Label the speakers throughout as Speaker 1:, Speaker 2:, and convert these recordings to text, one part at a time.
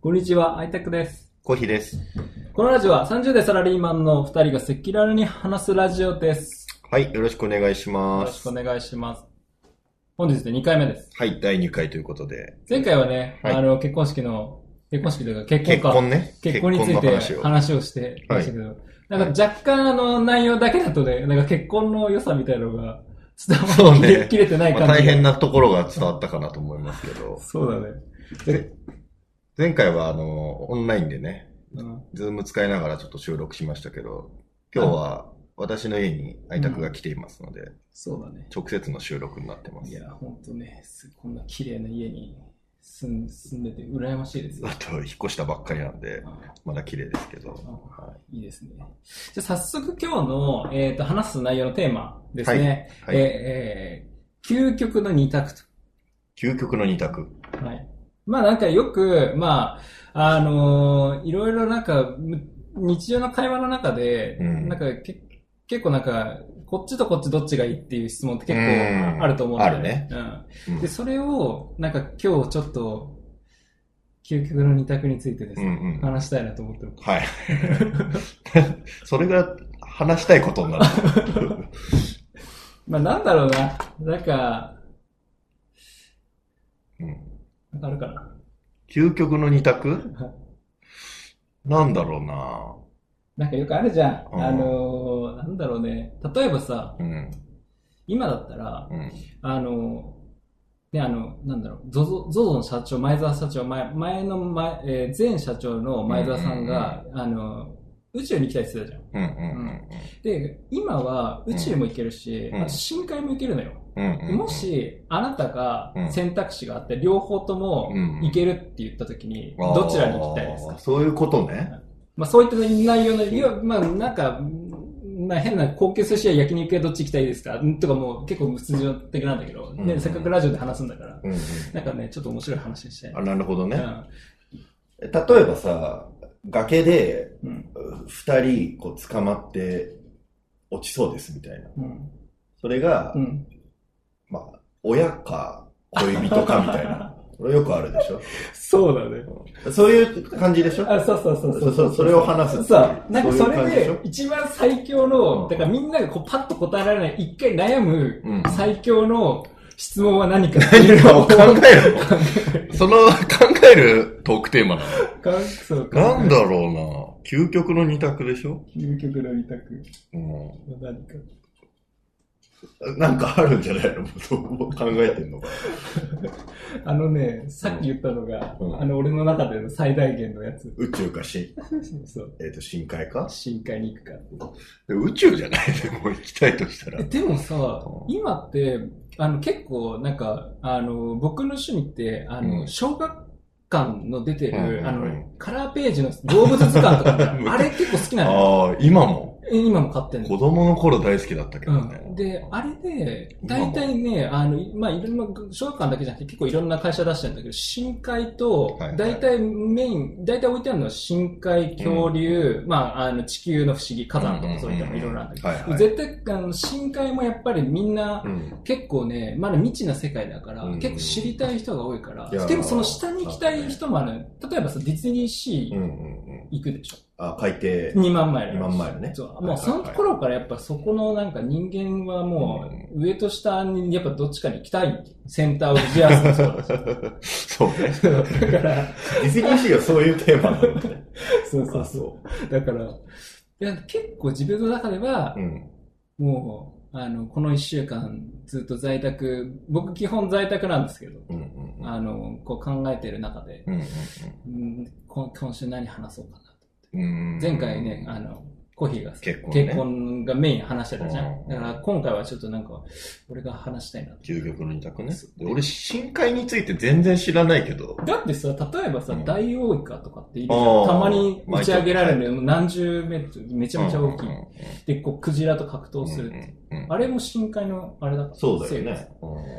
Speaker 1: こんにちは、愛拓です。
Speaker 2: コヒです。
Speaker 1: このラジオは30代サラリーマンの2人が赤裸々に話すラジオです。
Speaker 2: はい、よろしくお願いし
Speaker 1: よ
Speaker 2: ま
Speaker 1: ろしく
Speaker 2: す
Speaker 1: お。願いします。本日で2回目です。
Speaker 2: はい、第2回ということで。
Speaker 1: 前回はね、
Speaker 2: はい
Speaker 1: あの、結婚式の、結婚式というか結婚
Speaker 2: 結
Speaker 1: か。
Speaker 2: 婚ね。
Speaker 1: 結婚につい
Speaker 2: の
Speaker 1: て
Speaker 2: 話を。
Speaker 1: 話をしてましたけど、なんか若干あの内容だけだとね、なんか結婚の良さみたいなのが伝
Speaker 2: そ
Speaker 1: わ
Speaker 2: う
Speaker 1: り
Speaker 2: ね
Speaker 1: きれてない
Speaker 2: ま
Speaker 1: 感
Speaker 2: あ
Speaker 1: じが、
Speaker 2: 大変なところが伝わったかなと思いますけど。
Speaker 1: そうだね。
Speaker 2: で前回は、あの、オンラインでね、
Speaker 1: うん
Speaker 2: ズーム使いながらちょっと収録しましたけど、今日は私の家に愛宅が来ていますので、
Speaker 1: そうだね。
Speaker 2: 直接の収録になってま
Speaker 1: い
Speaker 2: す。
Speaker 1: や、ほんとね、すこんな綺麗な家に住ん住んでて羨ましいですよ
Speaker 2: あ。と、引っ越したばっかりなんで、
Speaker 1: あ
Speaker 2: まだ綺麗ですけど。
Speaker 1: あ
Speaker 2: はい
Speaker 1: いですね。じゃあ早速今日の、えー、と話す内容のテーマですね。
Speaker 2: はいは
Speaker 1: えー
Speaker 2: い
Speaker 1: えー究極の二択と。
Speaker 2: い。究極の二択。
Speaker 1: はい。まあなんかよく、まあ、あのーいろいろなんか、む日常の会話の中で、
Speaker 2: うん
Speaker 1: なんかけ結構なんか、こっちとこっちどっちがいいっていう質問って結
Speaker 2: うん
Speaker 1: 構あると思うんだよね。
Speaker 2: う
Speaker 1: うんん。で、それを、なんか今日ちょっと、究極の二択についてです
Speaker 2: うん
Speaker 1: ね、
Speaker 2: うん。
Speaker 1: 話したいなと思ってる。
Speaker 2: はい。 それが話したいことになる。
Speaker 1: まあなんだろうな。なんか、
Speaker 2: うん
Speaker 1: なんかあるかな。
Speaker 2: 究極の二択 なんだろう
Speaker 1: なんかよくあるじゃん。
Speaker 2: うん
Speaker 1: あのーなんだろうね。例えばさ、
Speaker 2: なうん。
Speaker 1: 今だったら、
Speaker 2: うん。
Speaker 1: あの、ね、あの、なんだろう、ゾゾゾゾの社長、前澤社長、前、前の前、えー前社長の前澤さんが、あの、宇宙に行きたいって言ってたじゃん。
Speaker 2: うんうん
Speaker 1: で、今は宇宙も行けるし、
Speaker 2: う
Speaker 1: あ
Speaker 2: ん
Speaker 1: と深海も行けるのよ。
Speaker 2: うんうん。うんうんうん
Speaker 1: も、し、あなたが
Speaker 2: うん
Speaker 1: 選択肢があって、両方とも
Speaker 2: うん
Speaker 1: 行けるって言った時に、どちらに行きたいです
Speaker 2: あー
Speaker 1: か
Speaker 2: そういうことね。
Speaker 1: まあ、そういった内容の理由、まあ、なんか、まあ、変な高級寿司や焼肉屋どっち行きたいですかとかもう結構通常的なんだけど、
Speaker 2: う
Speaker 1: ね、
Speaker 2: ん
Speaker 1: せっかくラジオで話すんだから。
Speaker 2: うんうん。
Speaker 1: なんかね、ちょっと面白い話でしたい
Speaker 2: あ、なるほどね。
Speaker 1: ね。
Speaker 2: 例えばさ、崖で
Speaker 1: うん。
Speaker 2: う二人こう捕まって落ちそうですみたいな。
Speaker 1: うん。
Speaker 2: それが
Speaker 1: う、ん。
Speaker 2: まあ、親か恋人かみたい な。これよくあるでし
Speaker 1: そうだね。
Speaker 2: ょそういう感じでしょ
Speaker 1: あ、そうそうそうそう。
Speaker 2: そうそれを話すっていう
Speaker 1: さあ、なんかそ
Speaker 2: そういう
Speaker 1: れ
Speaker 2: 感じでし
Speaker 1: で
Speaker 2: ょ、
Speaker 1: 一番最強
Speaker 2: う
Speaker 1: の、
Speaker 2: ん
Speaker 1: だからみんながこうパッと答えられない、一回悩む
Speaker 2: うん、
Speaker 1: 最強の質問は何かって
Speaker 2: 何
Speaker 1: いう
Speaker 2: か
Speaker 1: のを
Speaker 2: を考えるの その考えるトークテーマなの
Speaker 1: か そうか
Speaker 2: なんだろうな究極の二択でしょ、
Speaker 1: 究極の二択
Speaker 2: う
Speaker 1: は何か。
Speaker 2: ん、なんかあるんじゃないのもうそう考えてんのか。
Speaker 1: あのね、さっき言ったのが、
Speaker 2: うん
Speaker 1: あの、俺の中での最大限のやつ。
Speaker 2: 宇宙かし、
Speaker 1: そう。
Speaker 2: えっ、と、深海か
Speaker 1: 深海に行くかって。
Speaker 2: で宇宙じゃないでもう行きたいとしたら
Speaker 1: え。でもさ
Speaker 2: う、ん
Speaker 1: 今って、あの、結構、なんか、あの、僕の趣味って、あの、
Speaker 2: うん
Speaker 1: 小学館の出てる、
Speaker 2: うんうんうん
Speaker 1: あの、カラーページの動物図鑑とか
Speaker 2: う ん
Speaker 1: あれ結構好きなのよ。
Speaker 2: ああ、今も。
Speaker 1: え今も買ってんの。
Speaker 2: 子供の頃大好きだったけどね。
Speaker 1: うん、で、あれで、
Speaker 2: 今
Speaker 1: 大
Speaker 2: も
Speaker 1: 体ね、あの、いまあ、いろんな、小学館だけじゃなくて結構いろんな会社出してるんだけど、深海と
Speaker 2: はいは、い
Speaker 1: 大体メイン、大体置いてあるのは深海、恐竜、まあ、あの、地球の不思議、火山とかそういったのがいろいろあるんだけど、
Speaker 2: はいはい
Speaker 1: 絶対、あの、深海もやっぱりみんな、
Speaker 2: うん。
Speaker 1: 結構ね、まだ未知な世界だから、
Speaker 2: うん
Speaker 1: 結構知りたい人が多いから、
Speaker 2: いやー
Speaker 1: でもその下に行きたい人もある、例えばさ、ディズニーシ
Speaker 2: うんう
Speaker 1: ー
Speaker 2: んうん。
Speaker 1: 行くでしょ。
Speaker 2: あ、海底。
Speaker 1: 2万マイル。
Speaker 2: 2万マイルね
Speaker 1: そう。
Speaker 2: い
Speaker 1: もうその頃からやっぱそこのなんか人間はもう、上と下にやっぱどっちかに行きたい。センターを打ち合わ せそうだし
Speaker 2: そうね。
Speaker 1: そうだから、
Speaker 2: ディズニーシーはそういうテーマなのね。
Speaker 1: そうそう
Speaker 2: あ、
Speaker 1: そ。
Speaker 2: そう
Speaker 1: だから、いや結構自分の中では
Speaker 2: う。う、ん。
Speaker 1: もう、あの、この1週間ずっと在宅、僕基本在宅なんですけど、
Speaker 2: うんうんうん。
Speaker 1: あの、こう考えてる中で、
Speaker 2: うんうん
Speaker 1: うんこ今週何話そうかなと。
Speaker 2: うんうん
Speaker 1: 前回ね、あの、コーヒーがさ
Speaker 2: 結婚ね
Speaker 1: 結婚がメイン話してたじゃん。
Speaker 2: うん
Speaker 1: だから今回はちょっとなんか、俺が話したいなって。
Speaker 2: 究極の二択ね。で俺、深海について全然知らないけど。
Speaker 1: だってさ、例えばさ、
Speaker 2: うん
Speaker 1: ダイオウイカとかっているじゃん
Speaker 2: あー
Speaker 1: たまに打ち上げられるの、何十メートル、めちゃめちゃ大きい
Speaker 2: うんうん。うん
Speaker 1: で、こう、クジラと格闘するって。
Speaker 2: うんうん
Speaker 1: あれも深海の、あれだから。
Speaker 2: そうだよね。うん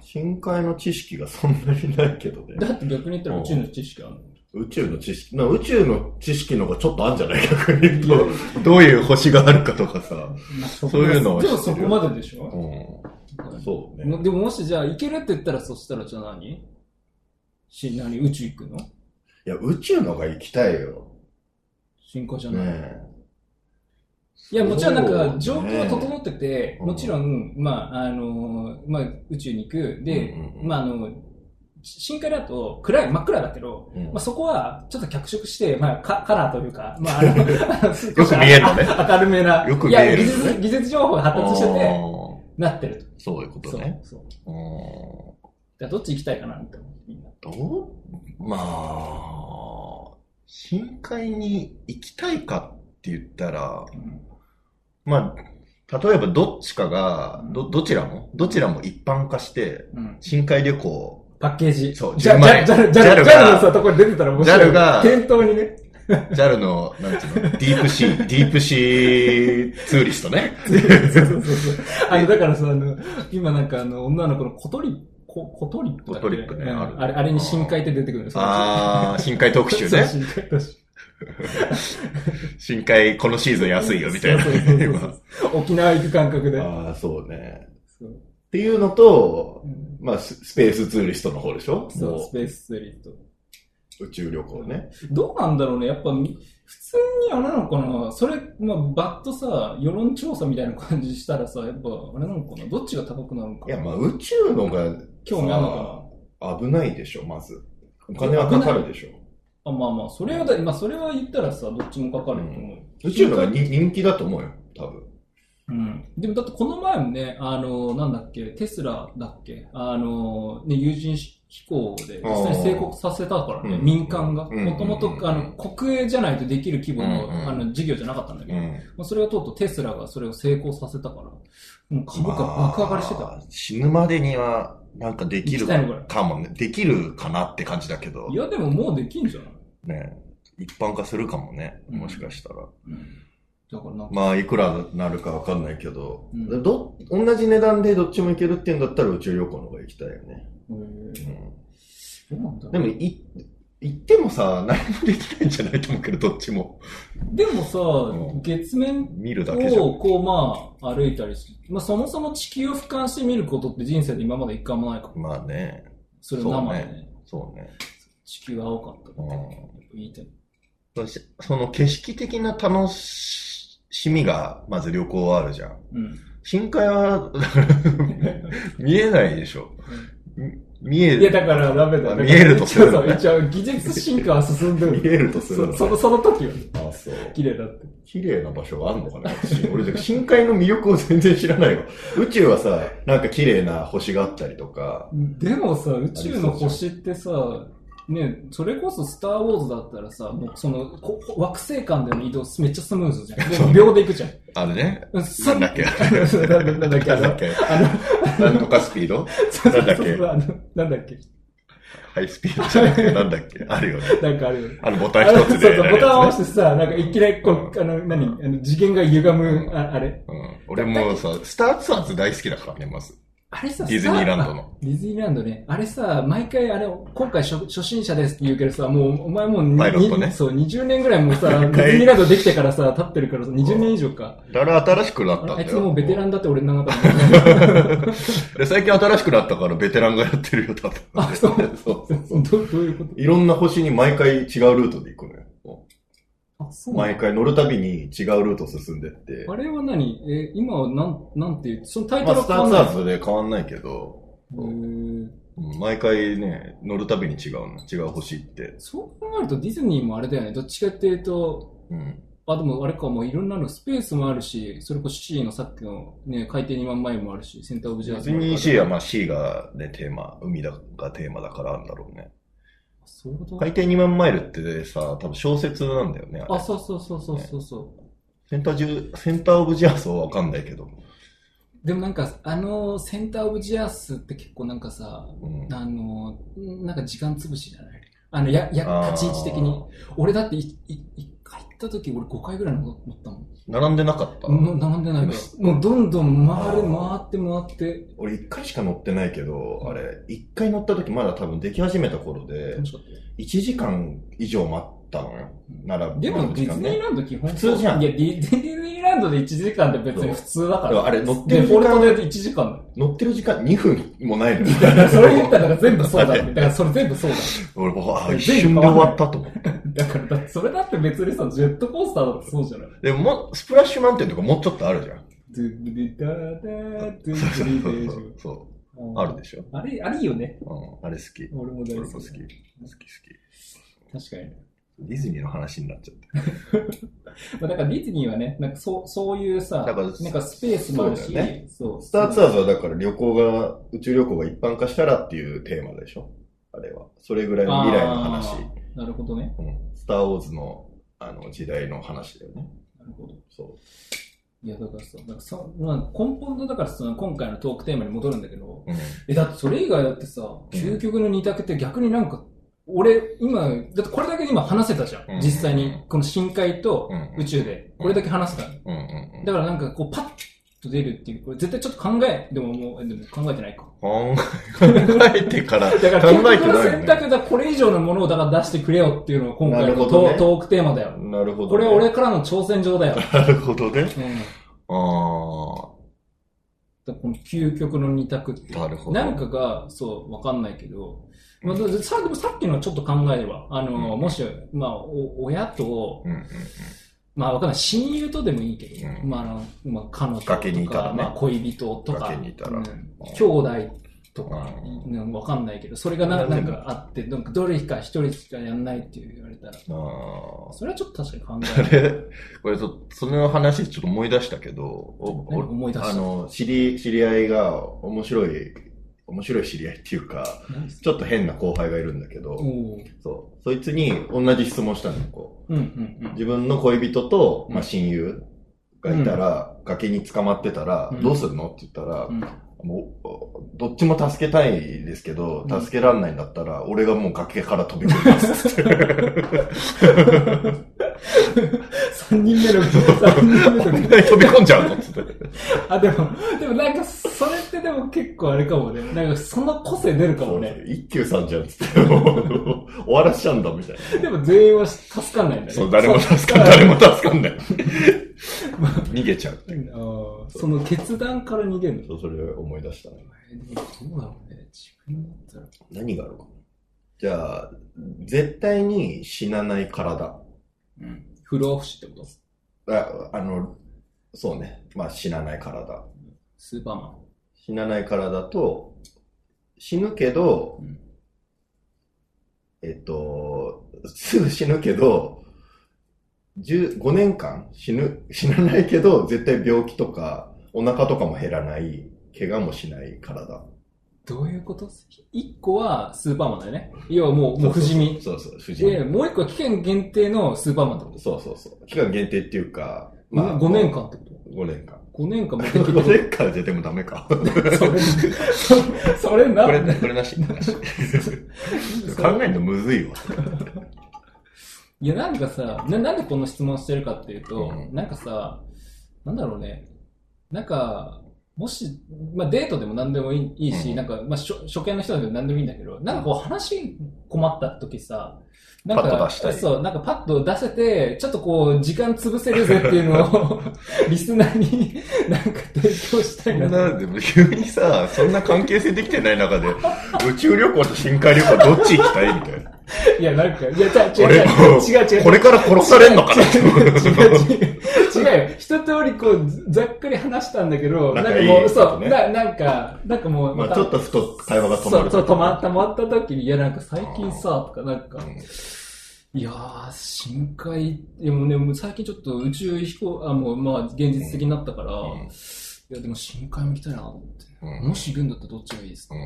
Speaker 2: 深海の知識がそんなにないけど
Speaker 1: 生物
Speaker 2: ね。
Speaker 1: だって逆に言ったら宇宙の知識あるの
Speaker 2: 宇宙の知識、な宇宙の知識の方がちょっとあんじゃない逆に
Speaker 1: いや
Speaker 2: 言うと。どういう星があるかとかさ。
Speaker 1: まあそこ
Speaker 2: そういうのは知
Speaker 1: で
Speaker 2: ってる
Speaker 1: もそ
Speaker 2: よ
Speaker 1: こまででしょ、
Speaker 2: う
Speaker 1: うん
Speaker 2: ん。そうね。
Speaker 1: でももしじゃあ行けるって言ったらそしたらじゃあ何し何宇宙行くの
Speaker 2: いや、宇宙のが行きたいよ。
Speaker 1: 進行じゃ
Speaker 2: ね
Speaker 1: ない。
Speaker 2: え。
Speaker 1: いや、もちろんなん
Speaker 2: そう
Speaker 1: か、
Speaker 2: ね
Speaker 1: 状況は整ってて、
Speaker 2: うん
Speaker 1: もちろん、まあ、あの、まあ、宇宙に行く。で
Speaker 2: うんうん、うん
Speaker 1: まあ、あの、深海だと暗い、真っ暗だけど、
Speaker 2: うん
Speaker 1: まあ、そこはちょっと脚色して、まあ、カカラーというか、まあ、あ の、よ
Speaker 2: よく見えるのね。
Speaker 1: 明るめな、
Speaker 2: よく
Speaker 1: い
Speaker 2: 見え
Speaker 1: や
Speaker 2: る
Speaker 1: 技術、技術情報が発達してて、
Speaker 2: う
Speaker 1: なってる。
Speaker 2: んそういうこととね。
Speaker 1: そう。そう
Speaker 2: うん
Speaker 1: だからどっち行きたいかなって思って、みんな。
Speaker 2: どうまあ、深海に行きたいかって言ったら、まあ、例えばどっちかが、ど、どちらも、どちらも一般化して、
Speaker 1: うん。うん
Speaker 2: 深海旅行、
Speaker 1: パッケージ。
Speaker 2: そう
Speaker 1: じゃ、
Speaker 2: 10
Speaker 1: じ
Speaker 2: 万
Speaker 1: ゃ、
Speaker 2: 円
Speaker 1: じゃ、じゃ、
Speaker 2: JAL が
Speaker 1: じゃのさ、ところに出てたら面白い。
Speaker 2: JAL が
Speaker 1: 店頭にね。
Speaker 2: JAL の、なんていうの、ディープ シー、ディープシーツーリストね。
Speaker 1: そうそうそうそう。あの、だからさ、あの、今なんかあの、女の子の小鳥、こ小鳥とか
Speaker 2: 小鳥っぽねある
Speaker 1: あれ、あれに深海って出てくるのその
Speaker 2: あー、深海特集ね。
Speaker 1: そう深海特集
Speaker 2: 深海このシーズン安いよ、みたいな
Speaker 1: そうそうそうそう沖縄行く感覚で。
Speaker 2: ああ、そうね。
Speaker 1: そう
Speaker 2: っていうのと
Speaker 1: う、ん
Speaker 2: まあ、ススペースツーリストの方でしょ
Speaker 1: そう、ス
Speaker 2: も
Speaker 1: ペースツーリスト。
Speaker 2: う宇宙旅行ね。
Speaker 1: どうなんだろうね、やっぱ、み普通にあれなのかなそれ、まあ、バッとさ、世論調査みたいな感じしたらさ、やっぱ、あれなのかなどっちが高くなるの
Speaker 2: いや、
Speaker 1: か
Speaker 2: まあ、宇宙のが
Speaker 1: 興味あるの
Speaker 2: 危ないでしょ、まず。お金はかかるでしょ。
Speaker 1: かなあまあまあ、それはだ、まあ、それは言ったらさ、どっちもかかると思う。
Speaker 2: 宇宙のがに人気だと思うよ、多分。
Speaker 1: うん、でもだってこの前もね、あの、なんだっけ、テスラだっけ、あの、ね、有人飛行で実際に成功させたからね、
Speaker 2: うん
Speaker 1: 民間が。
Speaker 2: うん
Speaker 1: もともと、あの、国営じゃないとできる規模の、
Speaker 2: うんうん
Speaker 1: あの、事業じゃなかったんだけど、
Speaker 2: ん。
Speaker 1: まあ、それはとうとうテスラがそれを成功させたから、もう株価爆上がりしてた。
Speaker 2: まあ死ぬまでには、なんかでき
Speaker 1: 行
Speaker 2: る
Speaker 1: きたいのか
Speaker 2: かもね。できるかなって感じだけど
Speaker 1: い、や、でももうできんじゃない、
Speaker 2: ね。一般化するかもね。
Speaker 1: うん
Speaker 2: もしかしたら。
Speaker 1: だからなんか、
Speaker 2: まあ、いくらなるかわかんないけど、
Speaker 1: うん
Speaker 2: ど、同じ値段でどっちも行けるっていうんだったら宇宙旅行の方が行きたいよね。
Speaker 1: え
Speaker 2: う
Speaker 1: ー、
Speaker 2: ん
Speaker 1: どうなんだろう
Speaker 2: でも、い、行ってもさ、何もできないんじゃないと思うけど、どっちも。
Speaker 1: でもさ、
Speaker 2: ん
Speaker 1: 月面
Speaker 2: 見るだけじゃ
Speaker 1: を
Speaker 2: ん。
Speaker 1: こうまあ歩いたりして、まあ、そもそも地球を俯瞰して見ることって人生で今まで一回もないから
Speaker 2: まあね、
Speaker 1: それを生でね
Speaker 2: そうそうね。
Speaker 1: 地球は青かったって言いたい、
Speaker 2: そしてその景色的な楽しみが、まず旅行はあるじゃん。
Speaker 1: うん、
Speaker 2: 深海 は、見えないでしょ。見え
Speaker 1: いやだからダメだよ
Speaker 2: 見えるとする
Speaker 1: だから一応さ一応技術進化は進んで
Speaker 2: 見
Speaker 1: る
Speaker 2: えるとする
Speaker 1: そそのその時は
Speaker 2: あ、そう。
Speaker 1: 綺麗だって
Speaker 2: 綺麗な場所はあんのかな私俺、深海の魅力を全然知らないわ。宇宙はさ、なんか綺麗な星があったりとか、
Speaker 1: でもさ宇宙の星ってさね、それこそ「スター・ウォーズ」だったらさもうそのここ惑星間での移動めっちゃスムーズじゃんでも秒で行くじゃん
Speaker 2: あれね、
Speaker 1: うん
Speaker 2: な
Speaker 1: そ
Speaker 2: んだっけ、
Speaker 1: なんだっけ
Speaker 2: なんだっ け、なんとかスピード
Speaker 1: そうそうそう
Speaker 2: なんだっけ
Speaker 1: あのなんだっけ
Speaker 2: ハイスピードじゃなくて、なんだっけ、あるよね。
Speaker 1: なんかあるよね
Speaker 2: あのボ
Speaker 1: あ
Speaker 2: タン
Speaker 1: の
Speaker 2: 一
Speaker 1: そうそ
Speaker 2: つ
Speaker 1: う
Speaker 2: でやるやつね。
Speaker 1: ボタンを押してさ、なんかいきなりこう、あの、何あの次元が歪む、ああれ。
Speaker 2: うん、俺もさ、スターツアーズ大好きだからね、まず。
Speaker 1: あれさ、
Speaker 2: ディズニーランドの
Speaker 1: あ。ディズニーランドね。あれさ、毎回あれ、今回初初心者ですって言うけどさ、もう、お前もうに、
Speaker 2: パイロットね
Speaker 1: にそう、20年ぐらいもうさ、デ
Speaker 2: 毎
Speaker 1: ィ
Speaker 2: 回
Speaker 1: ズニーランドできてからさ、経ってるからさ、20年以上か。
Speaker 2: あれ新しくなったんだ
Speaker 1: ああ
Speaker 2: よ。
Speaker 1: いつもうベテランだって俺の中で。
Speaker 2: で、最近新しくなったからベテランがやってるよ、多分。
Speaker 1: あそう
Speaker 2: そうそうそう。
Speaker 1: どどういうこ
Speaker 2: いろんな星に毎回違うルートで行くのよ。
Speaker 1: とあ、そうな
Speaker 2: 毎
Speaker 1: の
Speaker 2: 回乗るたびに違うルート進んでって。
Speaker 1: あれは何え、今はなん、なんていう、そのタイト
Speaker 2: まあ、
Speaker 1: ル
Speaker 2: スタ
Speaker 1: は
Speaker 2: ー
Speaker 1: ん
Speaker 2: ツア
Speaker 1: ない
Speaker 2: ーズで変わんないけど、
Speaker 1: へー
Speaker 2: うん毎回ね、乗るたびに違うの。違う星行って。
Speaker 1: そう考えるとディズニーもあれだよね。どっちかっていうと、
Speaker 2: うん。
Speaker 1: あ、でもあれか、もういろんなの、スペースもあるし、それこそ C のさっきのね、海底2万マイルもあるし、センターオブジ
Speaker 2: デ
Speaker 1: ェア
Speaker 2: ィ
Speaker 1: ー
Speaker 2: ズ
Speaker 1: ズもあるか
Speaker 2: ニー
Speaker 1: ら
Speaker 2: シーはまあ C がね、テーマ、海だがテーマだからあるんだろうね。
Speaker 1: そういうこと、
Speaker 2: 海底2万マイルってさ、多分小説なんだよね。あれ
Speaker 1: あ、そうそうそうそうそうそう。
Speaker 2: センタージュ、センターオブジアースはわかんないけど。
Speaker 1: でもなんか、あの、センターオブジェアースって結構なんかさ、
Speaker 2: うん
Speaker 1: あの、なんか時間潰しじゃないあの、や、や、
Speaker 2: あー
Speaker 1: 立ち位置的に。俺だってい、い、一回行った時、俺5回ぐらいの乗ったもん。
Speaker 2: 並んでなかった
Speaker 1: もう並んでないから。もうどんどん回る、回って回って。
Speaker 2: 俺一回しか乗ってないけど、あれ、一回乗った時まだ多分でき始めた頃で
Speaker 1: 楽、しかっ
Speaker 2: 1時間以上待ったのよ。並ぶ。
Speaker 1: でも、ディズニー
Speaker 2: ね。
Speaker 1: ランド基本普
Speaker 2: 通じゃん
Speaker 1: いや、ディディズニーランドで1時間って別に普通だか
Speaker 2: でも
Speaker 1: ら。
Speaker 2: あれ乗って
Speaker 1: デ
Speaker 2: る時
Speaker 1: フォルト
Speaker 2: 間、
Speaker 1: で1時間だよ
Speaker 2: 乗ってる時間2分もないのよ。
Speaker 1: だからそれ言ったら全部そうだって。だからそれ全部そうだ
Speaker 2: 俺もう、あ一瞬で終わったと思って。
Speaker 1: だからだってそれだって別にさ、ジェットコースターだってそうじゃない
Speaker 2: でも、スプラッシュマウンテンとかもうちょっとあるじゃん。
Speaker 1: ドゥブリダダー、ドゥ
Speaker 2: そうそう
Speaker 1: ブリデー
Speaker 2: そ
Speaker 1: ジ
Speaker 2: うそう。
Speaker 1: ュ
Speaker 2: あるでしょ。
Speaker 1: あれ、あれいいよね。
Speaker 2: うん、あれ好き。
Speaker 1: 俺も大
Speaker 2: 俺
Speaker 1: 好き。
Speaker 2: も好き。好
Speaker 1: 確
Speaker 2: き
Speaker 1: か
Speaker 2: 好き。
Speaker 1: にね。
Speaker 2: ディズニーの話になっちゃった。
Speaker 1: まあ、だからディズニーはね、なんかそうそういうさ、
Speaker 2: だから
Speaker 1: なんかスペースもある
Speaker 2: そ
Speaker 1: し、
Speaker 2: うだよね
Speaker 1: そう
Speaker 2: スターツアーズはだから旅行が、宇宙旅行が一般化したらっていうテーマでしょあれは。それぐらいの未来の話
Speaker 1: あ。なるほどね。
Speaker 2: うん、スター・ウォーズのあの時代の話だよね。
Speaker 1: なるほど。
Speaker 2: そ
Speaker 1: いや、だからさ、なんかそまあ、根本の、だからその今回のトークテーマに戻るんだけど、
Speaker 2: う。うん、
Speaker 1: え、だってそれ以外だってさ、究極の二択って逆になんか、俺、今、だってこれだけ今話せたじゃん。
Speaker 2: うん
Speaker 1: 実際に、この深海と
Speaker 2: うん
Speaker 1: 宇宙で、これだけ話せた。
Speaker 2: うん、うん、うん。
Speaker 1: だからなんかこう、パッと出るっていう、これ絶対ちょっと考え、でももう、でも考えてないか。
Speaker 2: 考えてから、考
Speaker 1: だ
Speaker 2: えて
Speaker 1: から、究極の
Speaker 2: ないよ
Speaker 1: 選択だ、これ以上のものをだから出してくれよっていうのが今
Speaker 2: な
Speaker 1: 回
Speaker 2: る
Speaker 1: の
Speaker 2: ほ
Speaker 1: ト,、
Speaker 2: どね
Speaker 1: トークテーマだよ。
Speaker 2: ね。なるほど、ね。
Speaker 1: これは俺からの挑戦状だよ。
Speaker 2: なるほどね。
Speaker 1: うん
Speaker 2: ああ
Speaker 1: だからこの究極の二択って。
Speaker 2: ー、なるほど。
Speaker 1: なんかが、そう、わかんないけど、まあ、ださでもさっきのちょっと考えれば、あの、
Speaker 2: うん
Speaker 1: もし、まあ、お親と、
Speaker 2: うん、うん、
Speaker 1: まあ、わかんない、親友とでもいいけど、
Speaker 2: うん
Speaker 1: まあ、あの、まあ、彼女とか、
Speaker 2: 崖にいたらね
Speaker 1: まあ、恋人とか、
Speaker 2: 崖にいたら
Speaker 1: うん
Speaker 2: うん
Speaker 1: 兄弟とか、
Speaker 2: う
Speaker 1: うんわかんないけど、それがな
Speaker 2: な
Speaker 1: なんん
Speaker 2: で
Speaker 1: かあって、なんかどれか一人しかやんないって言われたら、
Speaker 2: あ
Speaker 1: それはちょっと確かに考
Speaker 2: あ。あ
Speaker 1: えない。
Speaker 2: れ、これちょっと、その話ちょっと思い出したけど、 お
Speaker 1: 何思い出した
Speaker 2: あの、知り、知り合いが面白い、面白い知り合いっていうか、
Speaker 1: 何ですか
Speaker 2: ちょっと変な後輩がいるんだけど、
Speaker 1: おー
Speaker 2: そう、そいつに同じ質問したのよ、こう。
Speaker 1: うんうんうん。
Speaker 2: 自分の恋人と、
Speaker 1: うん
Speaker 2: まあ、親友がいたら、崖に捕まってたら、
Speaker 1: うん
Speaker 2: どうするのって言ったら、
Speaker 1: うん
Speaker 2: もう、どっちも助けたいですけど、
Speaker 1: うん
Speaker 2: 助けられないんだったら、俺がもう崖から飛び込 みます って。
Speaker 1: 三人目の、三人目の
Speaker 2: こんなに飛び込んじゃうのって言って。
Speaker 1: あ、でも、でもなんか、それってでも結構あれかもね。なんか、その個性出るかもね。
Speaker 2: 一休さんじゃんって言って、もう終わらしちゃうんだみたい
Speaker 1: でも全員は助かんないんだね。
Speaker 2: な。そう、誰も助かん、誰も助かんない。逃げちゃうって。
Speaker 1: あーその決断から逃げるの。
Speaker 2: そう、それ思い出したね。
Speaker 1: えでもどうだろうね。自分だったら。
Speaker 2: 何があるかなじゃあ、絶対に死なない体。
Speaker 1: うん。不老不死ってこと
Speaker 2: ああの、そうね。まあ死なない体。
Speaker 1: スーパーマン。
Speaker 2: 死なない体と、死ぬけど、
Speaker 1: うん
Speaker 2: えっと、 すぐ死ぬけど、5年間死ぬ、死なないけど、絶対病気とか、お腹とかも減らない、怪我もしない体。
Speaker 1: どういうこと一個はスーパーマンだよね。要はもう、もう不死身。
Speaker 2: そうそう、不死身
Speaker 1: で、。もう一個は期間限定のスーパーマンってこ
Speaker 2: そうそうそう。期間限定っていうか、
Speaker 1: と、ま5年。間ってこ
Speaker 2: 5年間。
Speaker 1: と ?5 年間もでき
Speaker 2: 5
Speaker 1: るって
Speaker 2: 年間は絶対もうダメか。
Speaker 1: こと。 それ、それな、
Speaker 2: これ、これなし、なし。考えるのむずいわ。
Speaker 1: いや、なんかさな、なんでこの質問してるかっていうと、
Speaker 2: うん
Speaker 1: なんかさ、なんだろうね、なんか、もし、まあ、デートでも何でもいいいいし、
Speaker 2: うん
Speaker 1: なんか、まあ、初初見の人でも何でもいいんだけど、なんかこう話困った時さ、なん
Speaker 2: パッと
Speaker 1: か、
Speaker 2: 出したい
Speaker 1: そう、なんかパッと出せて、ちょっとこう、時間潰せるぜっていうの を、リスナーになんか提供した
Speaker 2: そ
Speaker 1: い
Speaker 2: ん
Speaker 1: な。
Speaker 2: な、でも急にさ、そんな関係性できてない中で、宇宙旅行と深海旅行どっち行きたいみたいな。
Speaker 1: いや、なんか、いや、違う違う
Speaker 2: 俺も
Speaker 1: 違う違う違う。
Speaker 2: これから殺されんのかなって思う
Speaker 1: 違う違う違うよ。一通りこう、ざっくり話したんだけど、
Speaker 2: な
Speaker 1: なんん
Speaker 2: か
Speaker 1: か
Speaker 2: いい
Speaker 1: もう、
Speaker 2: ちょっ
Speaker 1: そ
Speaker 2: と
Speaker 1: う、
Speaker 2: ね
Speaker 1: ななんか、なんかもう、
Speaker 2: まあ
Speaker 1: た
Speaker 2: ちょっとふと会話が止まる。
Speaker 1: そう、そう、止ま止まった時に、いや、なんか最近さ、とか、なんか
Speaker 2: う、ん
Speaker 1: いやー、深海、でもね、もう最近ちょっと宇宙飛行、あ、もう、まあ、現実的になったから、
Speaker 2: うん
Speaker 1: いや、でも深海も行きたいなと思って。
Speaker 2: うん
Speaker 1: もし行くんだったらどっちがいいですか
Speaker 2: うん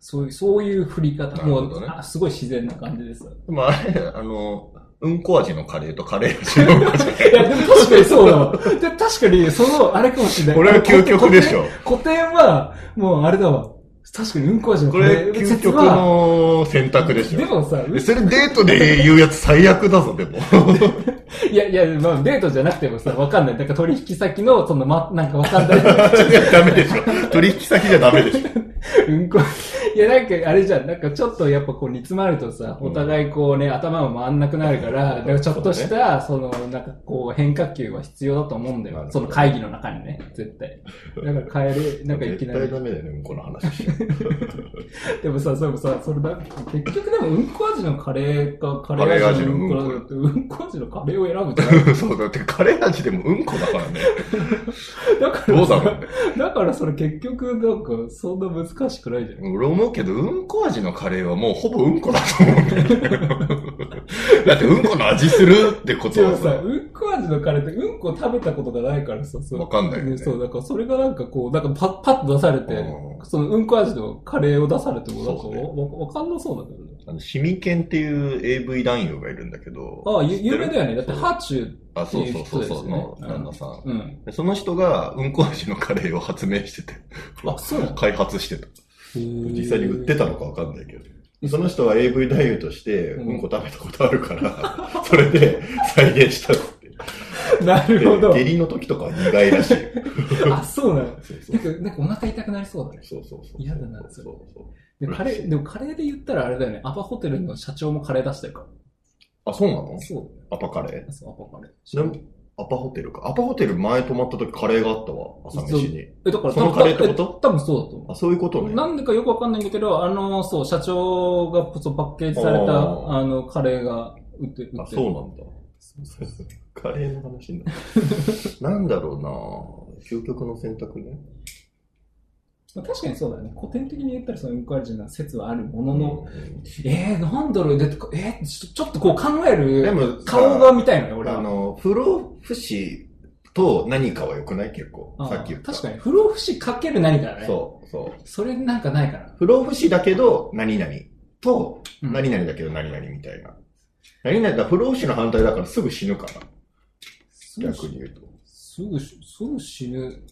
Speaker 1: そういう、そういう振り
Speaker 2: な
Speaker 1: 方。
Speaker 2: る
Speaker 1: も
Speaker 2: ほど
Speaker 1: う
Speaker 2: ね、
Speaker 1: あすごい自然な感じです。
Speaker 2: でもあれ、あの、うんこ味のカレーとカレー味のカレ
Speaker 1: いや、でも確かにそうだわ。で確かに、その、あれかもしれない。
Speaker 2: ー。これは究極でしょ。
Speaker 1: 古典は、もうあれだわ。確かにうんこ味の
Speaker 2: これ究極の選択でし
Speaker 1: で
Speaker 2: ょ。
Speaker 1: もさ、
Speaker 2: それデートで言うやつ最悪だぞ、でも。
Speaker 1: いやいや、まあ、デートじゃなくてもさ、わかんない。なんか取引先の、 その、ま、なんかわかんない。
Speaker 2: ダメでしょ。取引先じゃダメでしょ。
Speaker 1: うんこ、いや、なんか、あれじゃん。なんか、ちょっとやっぱこう、煮詰まるとさ、
Speaker 2: うん
Speaker 1: お互いこうね、頭も回んなくなるから、なんかちょっとした、その、なんかこう、変化球は必要だと思うんだ
Speaker 2: なる
Speaker 1: よ
Speaker 2: ほ。ど
Speaker 1: その会議の中にね、絶対。 だから帰れ、なんかいきな
Speaker 2: 絶対
Speaker 1: り
Speaker 2: ダ。メだよね、向こうの話しちゃ
Speaker 1: でもさ、それもさ、それだ、結局でも、うんこ味のカレーか、カレ
Speaker 2: カレ
Speaker 1: ー
Speaker 2: ー
Speaker 1: 味
Speaker 2: 味
Speaker 1: のう
Speaker 2: のうん
Speaker 1: こだ
Speaker 2: んこ
Speaker 1: って、うんこ味のカレーを選ぶじゃ
Speaker 2: う。そうだって、カレー味でもうんこだからね。
Speaker 1: ん。だから
Speaker 2: どうだ
Speaker 1: さ
Speaker 2: ろうね。
Speaker 1: だからそれ結局、なんか、そんな難しくないじゃん。
Speaker 2: 俺思うけど、うんこ味のカレーはもうほぼうんこだと思うんだよ。 だってうんこの味するってこと
Speaker 1: でも
Speaker 2: は
Speaker 1: さ、
Speaker 2: さ。
Speaker 1: うんこ味のカレーってうんこ食べたことがないからさ、そう
Speaker 2: わかんないよね
Speaker 1: そう、だからそれがなんかこう、なんかパッ、パッと出されて
Speaker 2: う、ん
Speaker 1: そのうんこ味のカレーを出されてもなんか
Speaker 2: そう
Speaker 1: わ、
Speaker 2: ね
Speaker 1: わわかんなそうだけどね。
Speaker 2: あの、シミケンっていう AV 男優がいるんだけど。
Speaker 1: ああ、
Speaker 2: 知
Speaker 1: ゆ
Speaker 2: っ
Speaker 1: 有
Speaker 2: てる
Speaker 1: 名だよね。だって、ハチュー、
Speaker 2: あ、そうそうそう
Speaker 1: っていう人です
Speaker 2: そ
Speaker 1: よ
Speaker 2: う、
Speaker 1: ね
Speaker 2: の
Speaker 1: うん
Speaker 2: 旦那さん。
Speaker 1: うん。
Speaker 2: でその人がうんこ味のカレーを発明してて、
Speaker 1: あ、そうなんだ。
Speaker 2: 開発してた。実際に売ってたのかわかんないけど。その人は AV 男優として、
Speaker 1: うん
Speaker 2: うんこ食べたことあるから、それで再現したっつっ て。
Speaker 1: な
Speaker 2: で
Speaker 1: るほど
Speaker 2: 下。痢の時とかは苦いらしい。
Speaker 1: あ、そうなの。
Speaker 2: そうそ
Speaker 1: なん
Speaker 2: う
Speaker 1: か、なんかお腹痛くなりそうだね。
Speaker 2: そうそう そう。
Speaker 1: 嫌だなそ
Speaker 2: そ
Speaker 1: れ
Speaker 2: うそう。
Speaker 1: でカレ
Speaker 2: う
Speaker 1: ー、でもカレーで言ったらあれだよね。アパホテルの社長もカレー出してるか
Speaker 2: あ、そうなの
Speaker 1: ら。そう。
Speaker 2: アパカレー
Speaker 1: そう、アパカレー。
Speaker 2: ちなみに、アパホテルか。アパホテル前泊まった時カレーがあったわ、朝飯に。
Speaker 1: え、だから
Speaker 2: そのカレーってこと
Speaker 1: 多分そうだと思う。
Speaker 2: あ、そういうことね。
Speaker 1: なんでかよくわかんないんだけど、あの、そう、社長がそうパッケージされた、
Speaker 2: あー
Speaker 1: あの、カレーが売って、売ってる
Speaker 2: あ、そうなんだ。
Speaker 1: そうそうそう
Speaker 2: カレーの話 になる。なんだろうな究極の選択ね。
Speaker 1: まあ確かにそうだね。古典的に言ったら、その、インクアジな説はあるも
Speaker 2: う
Speaker 1: のの、
Speaker 2: ん
Speaker 1: えー、なんだろう、でえーちょ、ちょっとこう考え
Speaker 2: で
Speaker 1: る、
Speaker 2: も、
Speaker 1: 顔が見たいのよ、俺
Speaker 2: あ
Speaker 1: は。
Speaker 2: の、不老不死と何かは良くない結構。
Speaker 1: あー
Speaker 2: さっき言った。
Speaker 1: 確かに、不老不死かける何かだね。
Speaker 2: そう、そう。
Speaker 1: それなんかないかな。
Speaker 2: 不老不死だけど、何々と、
Speaker 1: うん
Speaker 2: 何々だけど何々みたいな。何々だ、不老不死の反対だからすぐ死ぬから。
Speaker 1: すぐ
Speaker 2: 逆
Speaker 1: 死
Speaker 2: に
Speaker 1: ぬ。
Speaker 2: 言うと。
Speaker 1: すぐ死、すぐ死ぬ。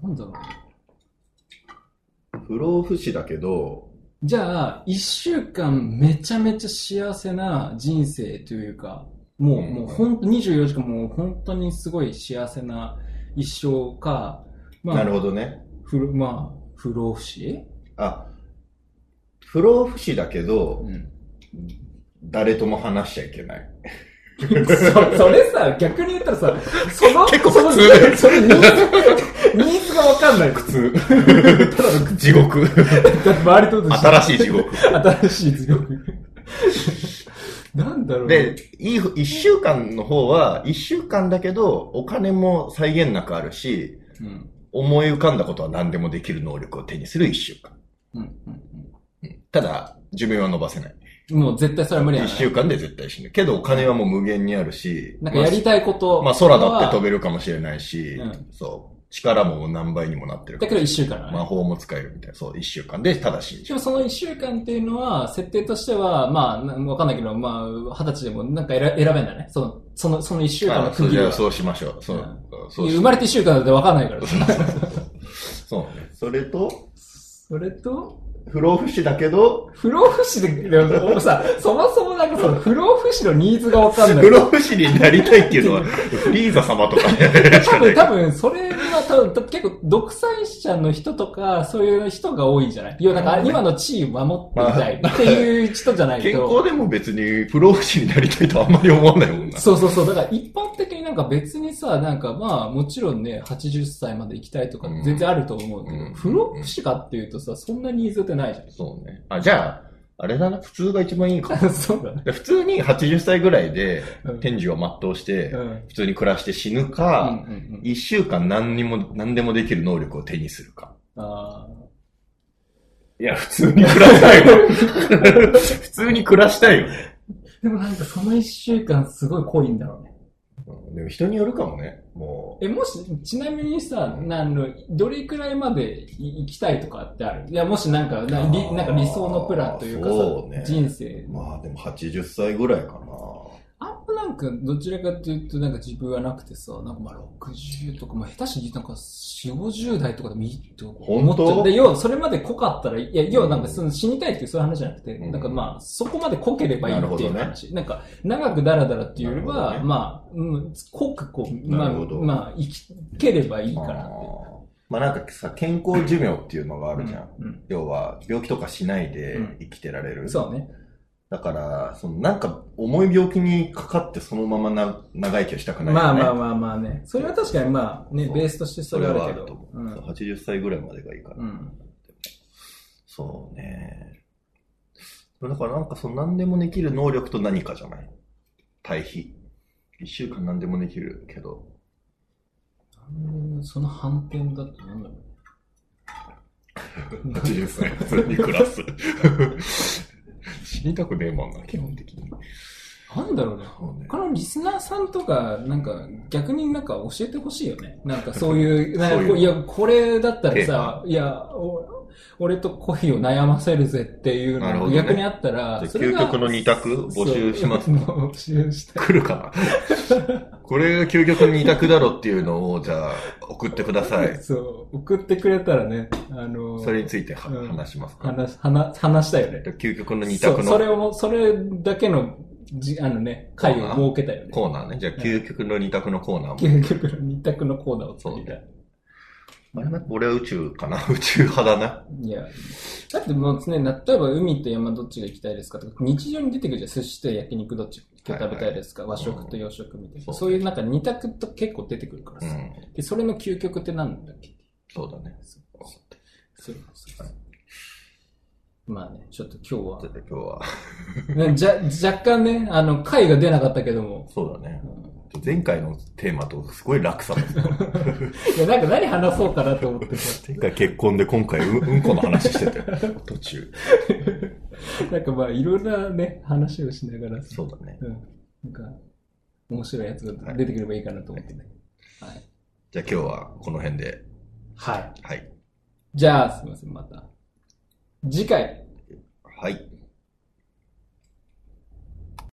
Speaker 1: なんだろう。
Speaker 2: 不老不死だけど、
Speaker 1: じゃあ、一週間めちゃめちゃ幸せな人生というか、もう、
Speaker 2: うん
Speaker 1: もう本当、24時間もう本当にすごい幸せな一生か、まあ、
Speaker 2: なるほどね。
Speaker 1: ふるまあ、不老不死
Speaker 2: あ、不老不死だけど、
Speaker 1: うん。
Speaker 2: 誰とも話しちゃいけない。
Speaker 1: そ、それさ、逆に言ったらさ、その、
Speaker 2: 結構
Speaker 1: その、
Speaker 2: 普通だよ
Speaker 1: そのニーズ、ニーズがわかん ない。だ
Speaker 2: 普通。 ただの地獄。
Speaker 1: って周りとと
Speaker 2: 新しい地獄。
Speaker 1: 新しい地獄。なんだろうね。
Speaker 2: で、いい、一週間の方は、一週間だけど、お金も際限なくあるし、
Speaker 1: うん。
Speaker 2: 思い浮かんだことは何でもできる能力を手にする一週間。
Speaker 1: うん。うん
Speaker 2: ただ、寿命は伸ばせない。
Speaker 1: うん。もう絶対それは無理や
Speaker 2: 一
Speaker 1: な。
Speaker 2: 週間で絶対死ぬ。けど、お金はもう無限にあるし、
Speaker 1: なんかやりたいこと。
Speaker 2: まあ、空だって飛べるかもしれないし、
Speaker 1: うん
Speaker 2: そう。力も何倍にもなってるか
Speaker 1: だ
Speaker 2: ら
Speaker 1: けど一週間だね。
Speaker 2: 魔法も使えるみたいな。そう、一週間で、ただ死ん
Speaker 1: 一
Speaker 2: じゃ
Speaker 1: 応その一週間っていうのは、設定としては、まあ、なわかんないけど、まあ、二十歳でもなんか選選べんだね。その、その、その一週
Speaker 2: う。
Speaker 1: 間の
Speaker 2: あそ
Speaker 1: 区
Speaker 2: う
Speaker 1: 切
Speaker 2: じ
Speaker 1: り
Speaker 2: ゃ
Speaker 1: は
Speaker 2: あ、。そうしましょう。そう。そうし
Speaker 1: 生まれて一週間だってわかんないから。
Speaker 2: そうね。それと、
Speaker 1: それと、
Speaker 2: 不老不死だけど、
Speaker 1: 不老不死で、でも俺さ、そもそもなんかその不老不死のニーズがわかんない。
Speaker 2: 不老不死になりたいっ ていうのは、フリーザ様とかし
Speaker 1: 多
Speaker 2: かな
Speaker 1: 分、
Speaker 2: い
Speaker 1: 多分、それは多分、結構、独裁者の人とか、そういう人が多いんじゃない要はなんか、今の地位守っていたい っていう人じゃないと。
Speaker 2: 健康でも別に不老不死になりたいとあんまり思わないもんな。
Speaker 1: そうそうそう。だから一般的になんか別にさ、なんかまあもちろんね、80歳まで行きたいとか
Speaker 2: うん
Speaker 1: 全然あると思うけど、
Speaker 2: うん
Speaker 1: 不老不死かっていうとさ、そんなニーズってないじ
Speaker 2: そうね。あ、じゃあ、あれだな、普通が一番いいか
Speaker 1: ゃ
Speaker 2: も。
Speaker 1: ん。そうだね。
Speaker 2: で普通に80歳ぐらいで
Speaker 1: うん
Speaker 2: 天寿を全うして
Speaker 1: う、ん。
Speaker 2: 普通に暮らして死ぬ
Speaker 1: うん
Speaker 2: か、
Speaker 1: うんうん
Speaker 2: 一週間何にも、何でもできる能力を手にするか。
Speaker 1: あー
Speaker 2: いや、普通に暮らしたい よ。普通に暮らしたいよね。
Speaker 1: でもなんかその一週間すごい濃いんだろうね。
Speaker 2: うんでも人によるかもね。も
Speaker 1: え、もし、ちなみにさ、なんの、どれくらいまでい行きたいとかってあるいや、もしなんか、な
Speaker 2: あ
Speaker 1: り
Speaker 2: ー
Speaker 1: なんか理想のプランというか
Speaker 2: そうね
Speaker 1: さ、人生
Speaker 2: う。まあでも80歳ぐらいかな。
Speaker 1: あんまなんか、どちらかというと、なんか自分はなくてさ、なんかまあ60とか、まあ下手しになんか4、50代とかでもいいと思っちゃう
Speaker 2: 本当
Speaker 1: で、要はそれまで濃かったら、いや、要はなんかその死にたいっていうそういう話じゃなくて、
Speaker 2: うん
Speaker 1: なんかまあ、そこまで濃ければいいっていう
Speaker 2: なる
Speaker 1: 話。なんか、長くダラダラっていうより
Speaker 2: なるほ
Speaker 1: は、
Speaker 2: どね
Speaker 1: まあ、うん、濃くこう、まあ、
Speaker 2: なるほど
Speaker 1: まあ、生きければいいからって。
Speaker 2: あまあなんかさ、健康寿命っていうのがあるじゃん。
Speaker 1: うん。
Speaker 2: 要は、病気とかしないで
Speaker 1: うん
Speaker 2: 生きてられる。
Speaker 1: そうね。
Speaker 2: だから、そのなんか重い病気にかかってそのままな長生きをしたくないよね。
Speaker 1: まあまあまあまあね。それは確かにまあね、
Speaker 2: そう
Speaker 1: ベースとしてそ
Speaker 2: そ
Speaker 1: れ
Speaker 2: れ
Speaker 1: は
Speaker 2: は
Speaker 1: あ
Speaker 2: あ
Speaker 1: る
Speaker 2: る
Speaker 1: け
Speaker 2: と
Speaker 1: ど
Speaker 2: 思。う。そう80歳ぐらいまでがいいから。
Speaker 1: うん。うん。
Speaker 2: そうね。だからなんかその何でもできる能力と何かじゃない対比。一週間何でもできるけ ど。
Speaker 1: うんその反転だってなんだろう。
Speaker 2: 80歳、それに暮らす。死にたくねえもんな、基本的に。
Speaker 1: なんだろうね。
Speaker 2: そうね。
Speaker 1: 他のリスナーさんとか、なんか逆になんか教えてほしいよね。なんかそういう、なんかこう
Speaker 2: そういう
Speaker 1: いや、これだったらさ
Speaker 2: テ、
Speaker 1: いや、お俺とコヒーを悩ませるぜっていう
Speaker 2: なるほ
Speaker 1: の
Speaker 2: ど
Speaker 1: が
Speaker 2: ね
Speaker 1: 逆にあったら、
Speaker 2: じゃあ
Speaker 1: それ
Speaker 2: 究
Speaker 1: が
Speaker 2: 極の二択 募集します
Speaker 1: そう募集したい。
Speaker 2: 来るかなこれが究極の二択だろっていうのを、じゃあ、送ってください。
Speaker 1: そう、送ってくれたらね、あの、
Speaker 2: それについては
Speaker 1: うん
Speaker 2: 話しますか
Speaker 1: 話、話、話したいよね。
Speaker 2: 究極の二
Speaker 1: そ
Speaker 2: 択
Speaker 1: う、それ
Speaker 2: の
Speaker 1: を、それだけの、じ、あのね、会を設けたよね。
Speaker 2: コーナーね。じゃあ、究極の二択のコーナーも。
Speaker 1: 究極の二択のコーナーを作りたい。
Speaker 2: あれな俺は宇宙かな宇宙派だな。
Speaker 1: いや、だってもう常に、例えば海と山どっちが行きたいですかとか、日常に出てくるじゃん。寿司と焼肉どっちが食べたいですか、
Speaker 2: はい
Speaker 1: 和食と洋食みたいな、
Speaker 2: うん
Speaker 1: そういうなんか二択と結構出てくるから
Speaker 2: う
Speaker 1: さ。
Speaker 2: ん。
Speaker 1: で、それの究極って何なんだっけ
Speaker 2: そうだね。
Speaker 1: そうそうそうまあね、ちょっと今
Speaker 2: ちょっと今日は。
Speaker 1: 日は、ね、じゃ若干ね、あの、回が出なかったけども、
Speaker 2: そうだね
Speaker 1: う。ん
Speaker 2: 前回のテーマとすごい落差だった。
Speaker 1: いや、なんか何話そうかなと思ってさ、
Speaker 2: 前回結婚で今回ううんこの話して て。途中。
Speaker 1: なんかまあ、いろんなね、話をしながらさ
Speaker 2: そうだね。
Speaker 1: うんなんか、面白いやつが出てくればいいかなと思ってね。はい。
Speaker 2: じゃあ今日はこの辺で。
Speaker 1: はい。
Speaker 2: はい。
Speaker 1: じゃあ、すみません、また。次回。
Speaker 2: はい。